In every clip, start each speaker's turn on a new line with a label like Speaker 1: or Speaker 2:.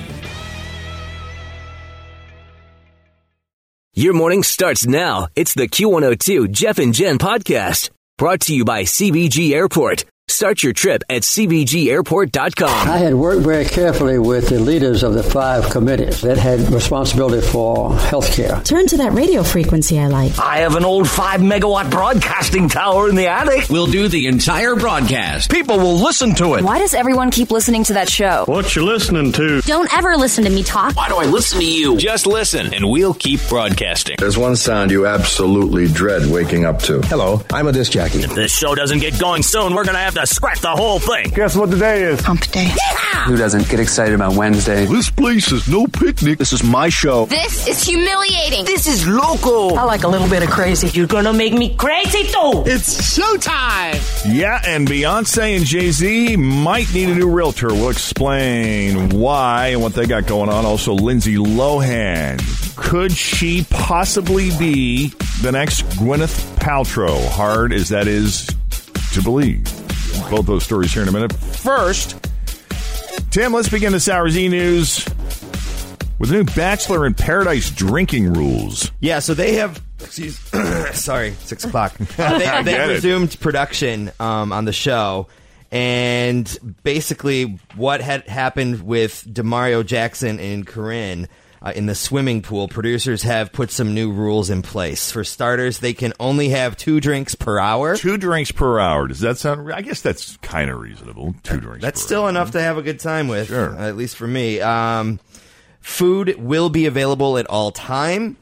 Speaker 1: Your morning starts now. It's the Q102 Jeff and Jen podcast brought to you by CBG Airport. Start your trip at CBGAirport.com.
Speaker 2: I had worked very carefully with the leaders of the five committees that had responsibility for health care.
Speaker 3: Turn to that radio frequency I like.
Speaker 1: I have an old 5 megawatt broadcasting tower in the attic.
Speaker 4: We'll do the entire broadcast.
Speaker 1: People will listen to it.
Speaker 5: Why does everyone keep listening to that show?
Speaker 6: What you listening to?
Speaker 3: Don't ever listen to me talk.
Speaker 1: Why do I listen to you?
Speaker 4: Just listen, and we'll keep broadcasting.
Speaker 7: There's one sound you absolutely dread waking up to. Hello, I'm a disc jockey.
Speaker 4: This show doesn't get going soon. We're going to have to scrap the whole thing.
Speaker 6: Guess what today is?
Speaker 3: Hump day.
Speaker 8: Who doesn't get excited about Wednesday?
Speaker 9: This place is no picnic. This is my show.
Speaker 3: This is humiliating.
Speaker 1: This is local.
Speaker 10: I like a little bit of crazy. You're gonna make me crazy too.
Speaker 4: It's showtime.
Speaker 11: Yeah, and Beyonce and Jay Z might need a new realtor. We'll explain why and what they got going on. Also, Lindsay Lohan. Could she possibly be the next Gwyneth Paltrow? Hard as that is to believe. Both those stories here in a minute. First, Tim, let's begin this hour's e news with the new Bachelor in Paradise drinking rules.
Speaker 12: Yeah, so they have. Excuse, sorry, six o'clock. Uh,
Speaker 11: I
Speaker 12: they
Speaker 11: get
Speaker 12: they
Speaker 11: it.
Speaker 12: resumed production um, on the show, and basically, what had happened with Demario Jackson and Corinne uh, in the swimming pool, producers have put some new rules in place. For starters, they can only have two drinks per hour.
Speaker 11: Two drinks per hour. Does that sound? re- I guess that's kind of reasonable. Two drinks.
Speaker 12: That's
Speaker 11: per
Speaker 12: still
Speaker 11: hour.
Speaker 12: enough to have a good time with, uh,
Speaker 11: Sure.
Speaker 12: at least for me. Um, food will be available at all time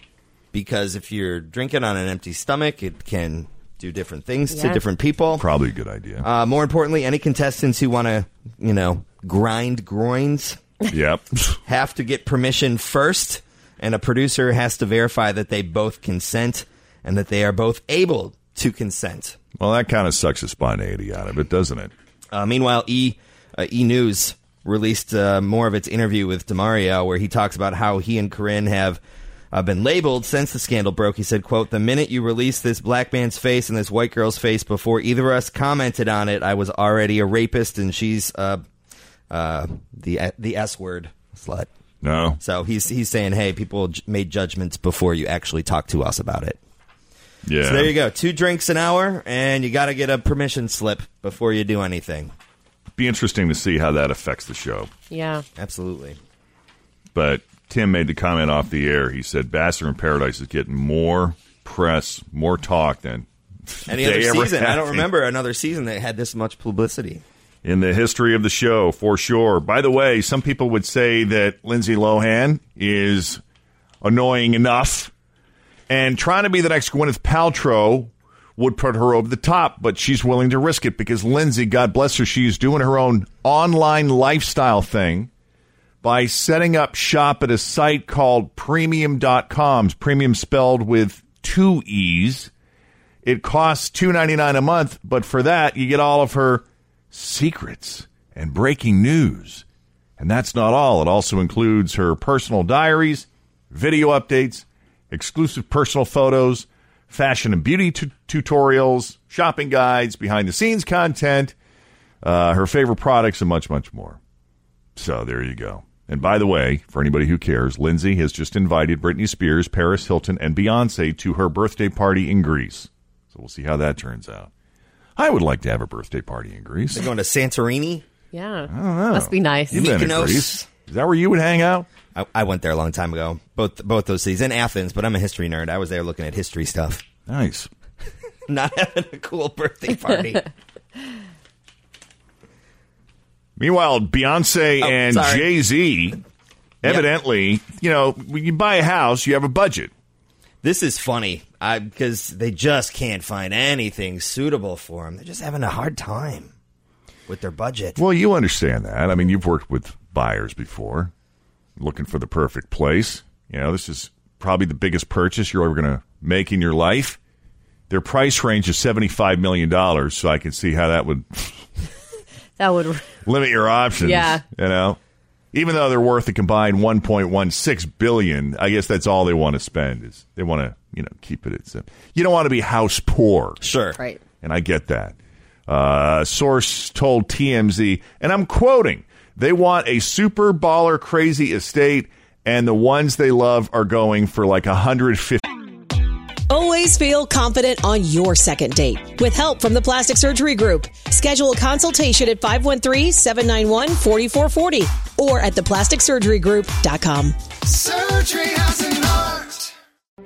Speaker 12: because if you're drinking on an empty stomach, it can do different things to different people.
Speaker 11: Probably a good idea.
Speaker 12: Uh, more importantly, any contestants who want to, you know, grind groins
Speaker 11: yep.
Speaker 12: have to get permission first, and a producer has to verify that they both consent and that they are both able to consent.
Speaker 11: Well, that kind of sucks the spontaneity out of it, doesn't it?
Speaker 12: Uh, meanwhile, E uh, E News released uh, more of its interview with Demario, where he talks about how he and Corinne have uh, been labeled since the scandal broke. He said, "quote The minute you released this black man's face and this white girl's face before either of us commented on it, I was already a rapist, and she's uh, uh, the the S word slut."
Speaker 11: No.
Speaker 12: So he's he's saying, "Hey, people j- made judgments before you actually talked to us about it."
Speaker 11: Yeah.
Speaker 12: So there you go, two drinks an hour, and you got to get a permission slip before you do anything.
Speaker 11: Be interesting to see how that affects the show.
Speaker 10: Yeah.
Speaker 12: Absolutely.
Speaker 11: But Tim made the comment off the air. He said Bachelor in Paradise is getting more press, more talk than
Speaker 12: Any
Speaker 11: they
Speaker 12: other
Speaker 11: ever
Speaker 12: season? I
Speaker 11: had
Speaker 12: don't remember another season that had this much publicity.
Speaker 11: in the history of the show for sure. By the way, some people would say that Lindsay Lohan is annoying enough, and trying to be the next Gwyneth Paltrow would put her over the top, but she's willing to risk it because Lindsay, God bless her, she's doing her own online lifestyle thing by setting up shop at a site called premium.coms, premium spelled with two E's. It costs two ninety nine a month, but for that you get all of her secrets and breaking news. And that's not all. It also includes her personal diaries, video updates, exclusive personal photos, fashion and beauty tu- tutorials, shopping guides, behind the scenes content, uh, her favorite products, and much, much more. So there you go. And by the way, for anybody who cares, Lindsay has just invited Britney Spears, Paris Hilton, and Beyonce to her birthday party in Greece. So we'll see how that turns out. I would like to have a birthday party in Greece.
Speaker 12: They're going to Santorini.
Speaker 10: Yeah.
Speaker 11: Oh.
Speaker 10: Must be nice.
Speaker 11: You've been to
Speaker 12: Mykonos.
Speaker 11: Greece. Is that where you would hang out?
Speaker 12: I, I went there a long time ago. Both both those cities in Athens, but I'm a history nerd. I was there looking at history stuff.
Speaker 11: Nice.
Speaker 12: not having a cool birthday party.
Speaker 11: Meanwhile,
Speaker 10: Oh,
Speaker 11: Beyonce and
Speaker 12: sorry.
Speaker 11: Jay Z, evidently, you know, when you buy a house, you have a budget.
Speaker 12: This is funny I because they just can't find anything suitable for them. They're just having a hard time with their budget.
Speaker 11: Well, you understand that. I mean, you've worked with buyers before, looking for the perfect place. You know, this is probably the biggest purchase you're ever going to make in your life. Their price range is $75 million, so I can see how that would
Speaker 13: That would.
Speaker 11: limit your options.
Speaker 13: Yeah.
Speaker 11: You know, even though they're worth a combined 1.16 billion, I guess that's all they want to spend is they want to, you know, keep it. It's you don't want to be house poor.
Speaker 12: Sure.
Speaker 13: Right.
Speaker 11: And I get that. Uh, source told TMZ, and I'm quoting, they want a super baller crazy estate and the ones they love are going for like 150
Speaker 14: Always feel confident on your second date. With help from the Plastic Surgery Group, schedule a consultation at 513-791-4440 or at theplasticsurgerygroup.com.
Speaker 15: Surgery has an art.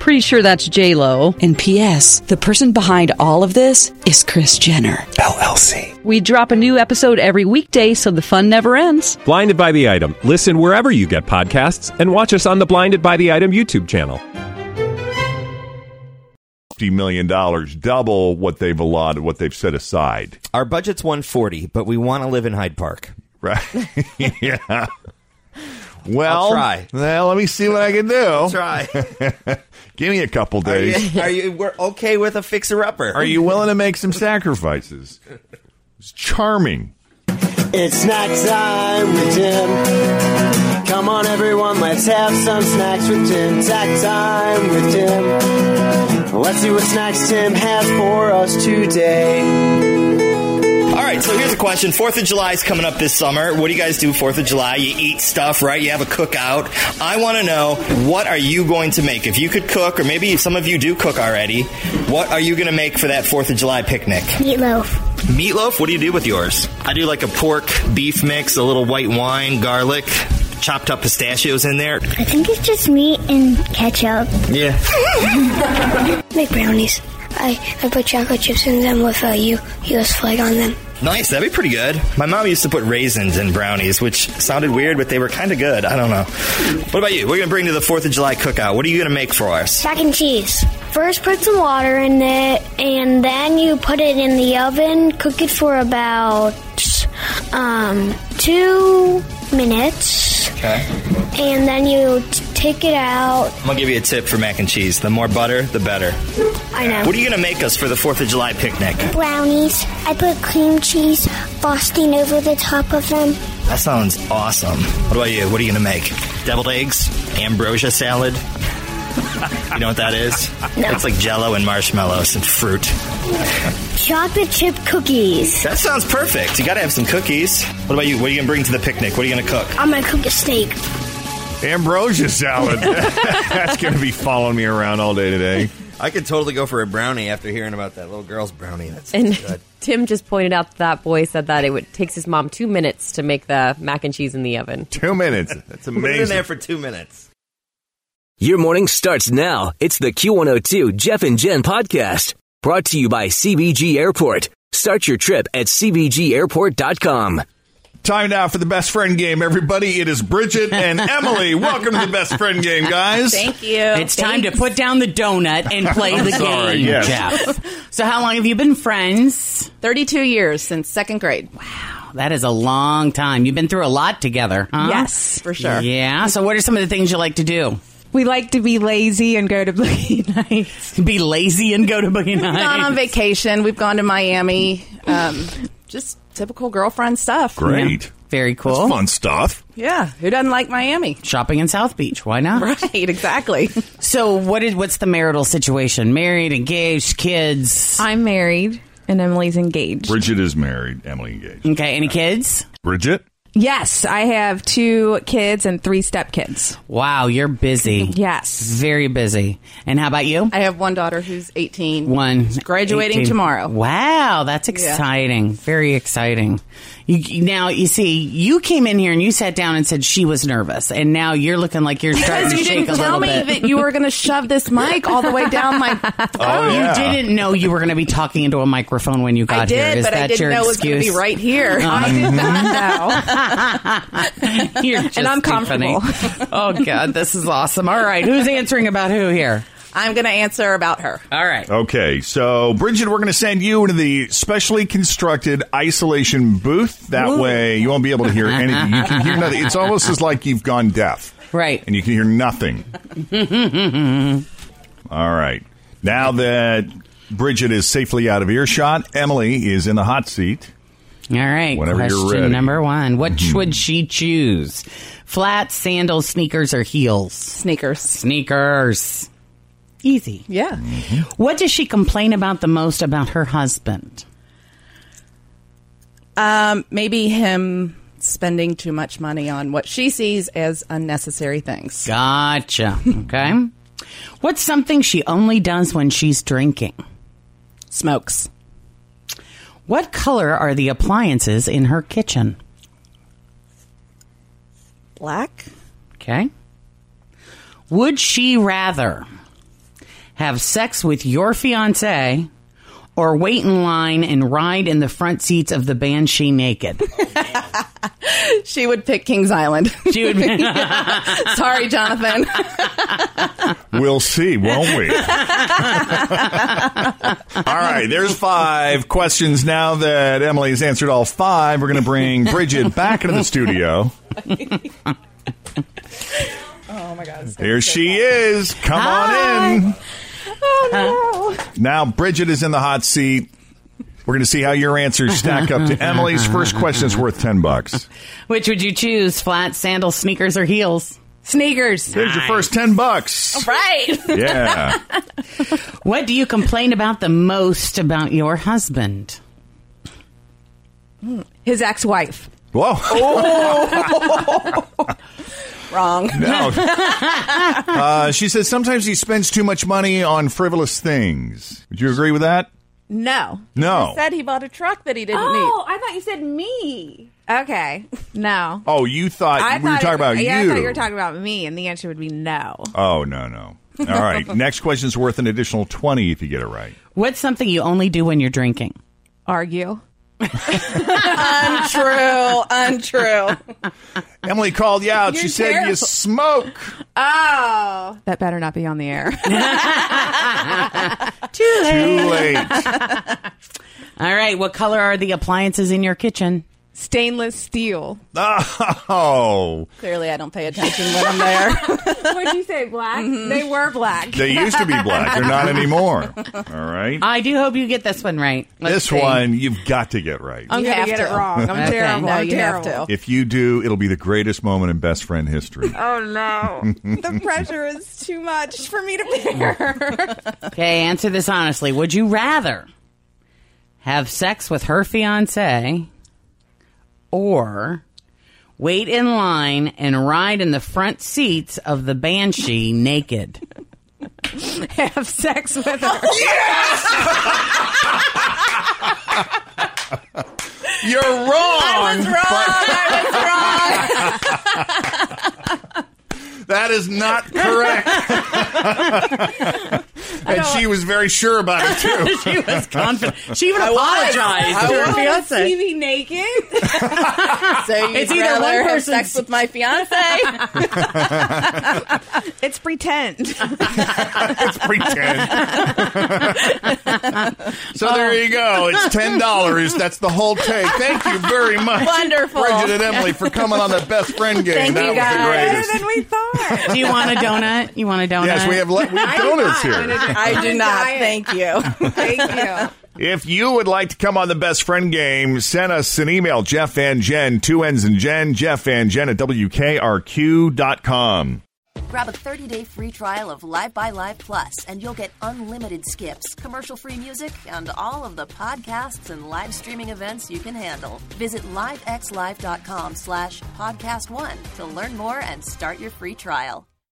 Speaker 16: Pretty sure that's J Lo. And P.S. The person behind all of this is Chris Jenner LLC. We drop a new episode every weekday, so the fun never ends.
Speaker 17: Blinded by the item. Listen wherever you get podcasts, and watch us on the Blinded by the Item YouTube channel.
Speaker 11: million dollars, double what they've allotted, what they've set aside.
Speaker 12: Our budget's 140, but we want to live in Hyde Park.
Speaker 11: Right. yeah. Well,
Speaker 12: I'll try.
Speaker 11: Well, let me see what I can do.
Speaker 12: try.
Speaker 11: Give me a couple
Speaker 12: Are
Speaker 11: days.
Speaker 12: you, are you we're okay with a fixer upper?
Speaker 11: Are you willing to make some sacrifices? It's charming.
Speaker 18: It's snack time with Tim. Come on, everyone, let's have some snacks with Tim. Snack time with Tim. Let's see what snacks Tim has for us today.
Speaker 12: All right, so here's a question. Fourth of July is coming up this summer. What do you guys do Fourth of July? You eat stuff, right? You have a cookout. I want to know what are you going to make? If you could cook, or maybe some of you do cook already, what are you going to make for that Fourth of July picnic?
Speaker 19: Meatloaf.
Speaker 12: Meatloaf, what do you do with yours? I do like a pork beef mix, a little white wine, garlic, chopped up pistachios in there.
Speaker 19: I think it's just meat and ketchup.
Speaker 12: Yeah.
Speaker 19: Make brownies. I, I put chocolate chips in them with a U, U.S. flag on them.
Speaker 12: Nice, that'd be pretty good. My mom used to put raisins in brownies, which sounded weird, but they were kind of good. I don't know. What about you? We're going to bring to the 4th of July cookout. What are you going to make for us?
Speaker 19: Mac and cheese. First, put some water in it, and then you put it in the oven. Cook it for about um, two minutes,
Speaker 12: Okay.
Speaker 19: and then you t- take it out.
Speaker 12: I'm going to give you a tip for mac and cheese. The more butter, the better.
Speaker 19: I know.
Speaker 12: What are you going to make us for the 4th of July picnic?
Speaker 19: Brownies. I put cream cheese frosting over the top of them.
Speaker 12: That sounds awesome. What about you? What are you going to make? Deviled eggs? Ambrosia salad? You know what that is?
Speaker 19: No.
Speaker 12: It's like jello and marshmallows and fruit.
Speaker 19: Chocolate chip cookies.
Speaker 12: That sounds perfect. You got to have some cookies. What about you? What are you going to bring to the picnic? What are you going to cook?
Speaker 19: I'm gonna cook a steak.
Speaker 11: Ambrosia salad. That's going to be following me around all day today.
Speaker 12: I could totally go for a brownie after hearing about that little girl's brownie. That's
Speaker 13: And Tim just pointed out that boy said that it would, takes his mom two minutes to make the mac and cheese in the oven.
Speaker 11: Two minutes. That's
Speaker 12: We've been in there for two minutes.
Speaker 1: Your morning starts now. It's the Q102 Jeff and Jen podcast brought to you by CBG Airport. Start your trip at CBGAirport.com.
Speaker 11: Time now for the best friend game, everybody. It is Bridget and Emily. Welcome to the best friend game, guys.
Speaker 20: Thank you. It's time to put down the donut and play
Speaker 11: I'm
Speaker 20: the
Speaker 11: sorry,
Speaker 20: game,
Speaker 11: yes.
Speaker 20: Jeff. So, how long have you been friends?
Speaker 21: 32 years since second grade.
Speaker 20: That is a long time. You've been through a lot together, huh?
Speaker 21: Yes, for sure.
Speaker 20: Yeah. So, what are some of the things you like to do?
Speaker 21: We like to be lazy and go to boogie nights.
Speaker 20: Be lazy and go to boogie
Speaker 21: We've
Speaker 20: nights.
Speaker 21: gone on vacation. We've gone to Miami. Um, just typical girlfriend stuff.
Speaker 11: Great.
Speaker 20: Very cool.
Speaker 11: fun stuff.
Speaker 21: Yeah. Who doesn't like Miami?
Speaker 20: Shopping in South Beach. Why not?
Speaker 21: Right. Exactly.
Speaker 20: So, what is what's the marital situation? Married, engaged, kids?
Speaker 21: I'm married and Emily's engaged.
Speaker 11: Bridget is married. Emily engaged.
Speaker 20: Okay. Any kids?
Speaker 11: Bridget?
Speaker 22: Yes, I have two kids and three stepkids.
Speaker 20: Wow, you're busy.
Speaker 22: Yes.
Speaker 20: Very busy. And how about you?
Speaker 21: I have one daughter who's 18.
Speaker 20: One.
Speaker 21: She's graduating
Speaker 20: 18.
Speaker 21: tomorrow.
Speaker 20: Wow, that's exciting. Very exciting. You- You, now, you see, you came in here and you sat down and said she was nervous, and now you're looking like you're starting
Speaker 21: Because
Speaker 20: to
Speaker 21: you
Speaker 20: shake
Speaker 21: didn't
Speaker 20: a
Speaker 22: tell
Speaker 20: little bit.
Speaker 22: me
Speaker 21: that you were going to shove this mic all the way down my
Speaker 20: Oh,
Speaker 21: yeah.
Speaker 20: you didn't know you were going to be talking into a microphone when you got
Speaker 21: I
Speaker 20: here.
Speaker 21: did,
Speaker 20: Is
Speaker 21: but
Speaker 20: that
Speaker 21: I didn't
Speaker 20: your
Speaker 21: know it was
Speaker 20: excuse?
Speaker 21: going to be right here.
Speaker 20: I did and
Speaker 21: I'm comfortable.
Speaker 20: oh God, this is awesome. All right, who's answering about who here? Oh.
Speaker 21: I'm going to answer about her.
Speaker 20: All right.
Speaker 11: Okay, so Bridget, we're going to send you into the specially constructed isolation booth. That
Speaker 20: Ooh.
Speaker 11: way, you won't be able to hear anything. You can hear nothing. It's almost as like you've gone deaf,
Speaker 20: right?
Speaker 11: And you can hear nothing. All right. Now that Bridget is safely out of earshot, Emily is in the hot seat.
Speaker 20: All right.
Speaker 11: Whenever
Speaker 20: Question
Speaker 11: you're ready.
Speaker 20: number one: What would she choose? Flats, sandals, sneakers, or heels? Sneakers. Sneakers. Easy.
Speaker 21: Yeah.
Speaker 20: What does she complain about the most about her husband?
Speaker 21: Um, maybe him spending too much money on what she sees as unnecessary things.
Speaker 20: Gotcha. Okay. What's something she only does when she's drinking? Smokes. What color are the appliances in her kitchen?
Speaker 21: Black?
Speaker 20: Okay. Would she rather have sex with your fiance or wait in line and ride in the front seats of the Banshee naked?
Speaker 21: She would pick Kings Island.
Speaker 20: She would.
Speaker 21: Sorry, Jonathan.
Speaker 11: We'll see, won't we? all right, there's five questions. Now that Emily has answered all five, we're going to bring Bridget back into the studio.
Speaker 21: Oh my god.
Speaker 11: Here she is. Come on in.
Speaker 21: Oh
Speaker 11: Now Bridget is in the hot seat. We're going to see how your answers stack up to Emily's first question is worth 10 bucks.
Speaker 20: Which would you choose, flats, sandals, sneakers, or heels? Sneakers.
Speaker 11: There's your first 10 bucks.
Speaker 20: All right.
Speaker 11: Yeah.
Speaker 20: What do you complain about the most about your husband?
Speaker 21: no. His ex wife.
Speaker 11: Whoa.
Speaker 21: Oh. Wrong.
Speaker 11: No. Uh, she says sometimes he spends too much money on frivolous things. Would you agree with that?
Speaker 22: No.
Speaker 11: No.
Speaker 21: said he bought a truck that he didn't need.
Speaker 22: Oh, I thought you said me. Okay. No.
Speaker 11: Oh, you thought
Speaker 22: I
Speaker 11: we were
Speaker 22: thought
Speaker 11: talking
Speaker 22: it-
Speaker 11: about
Speaker 22: yeah,
Speaker 11: you.
Speaker 22: I thought you were talking about me, and the answer would be no.
Speaker 11: oh, no, no. All right. Next question's worth an additional 20 if you get it right.
Speaker 20: What's something you only do when you're drinking?
Speaker 22: Argue.
Speaker 21: untrue. Untrue.
Speaker 11: Emily called you out. she
Speaker 22: You're
Speaker 11: said you
Speaker 22: terrible.
Speaker 11: smoke.
Speaker 22: Oh. That better not be on the air.
Speaker 20: Too
Speaker 11: Too late.
Speaker 20: All right. What color are the appliances in your kitchen?
Speaker 22: Stainless steel.
Speaker 11: Oh.
Speaker 21: Clearly, I don't pay attention when I'm there.
Speaker 22: What'd you say, black?
Speaker 23: Mm-hmm.
Speaker 22: They were black.
Speaker 11: They used to be black. They're not anymore. All right.
Speaker 20: I do hope you get this one right.
Speaker 11: this one you've got to get right.
Speaker 21: I'm
Speaker 22: gonna get it wrong. I'm terrible.
Speaker 21: No,
Speaker 22: I'm
Speaker 21: you have
Speaker 22: terrible.
Speaker 11: If you do, it'll be the greatest moment in best friend history.
Speaker 22: Oh no. the pressure is too much for me to bear.
Speaker 20: Okay, answer this honestly. Would you rather have sex with her fiance or wait in line and ride in the front seats of the Banshee naked?
Speaker 22: Have sex with her.
Speaker 11: You're wrong. I was wrong. That is not correct. and she was very sure about it too.
Speaker 20: she was confident. She even
Speaker 21: I was.
Speaker 20: apologized to
Speaker 21: I
Speaker 20: her
Speaker 21: was.
Speaker 20: fiance.
Speaker 22: See me naked?
Speaker 21: so you'd
Speaker 20: It's either
Speaker 21: rather
Speaker 20: one
Speaker 21: have
Speaker 20: person's-
Speaker 21: sex with my fiance.
Speaker 22: It's pretend.
Speaker 11: It's pretend. so there you go. It's ten dollars. That's the whole take. Thank you very much,
Speaker 21: Wonderful.
Speaker 11: Bridget and Emily, for coming on the best friend game.
Speaker 21: Thank
Speaker 11: that
Speaker 21: you,
Speaker 11: was
Speaker 21: guys.
Speaker 11: the greatest.
Speaker 22: Better than we thought.
Speaker 20: Do you want a donut? You want a donut?
Speaker 11: Yes, we have, le- we have donuts here.
Speaker 21: I do
Speaker 22: I'm
Speaker 21: not.
Speaker 22: dying.
Speaker 21: Thank you.
Speaker 22: Thank you.
Speaker 11: If you would like to come on the best friend game, send us an email, Jeff and Jen, two N's and Jen, Jeff and Jen at WKRQ.com.
Speaker 21: Grab a 30 day free trial of Live by Live Plus, and you'll get unlimited skips, commercial free music, and all of the podcasts and live streaming events you can handle. Visit livexlive.com slash podcast one to learn more and start your free trial.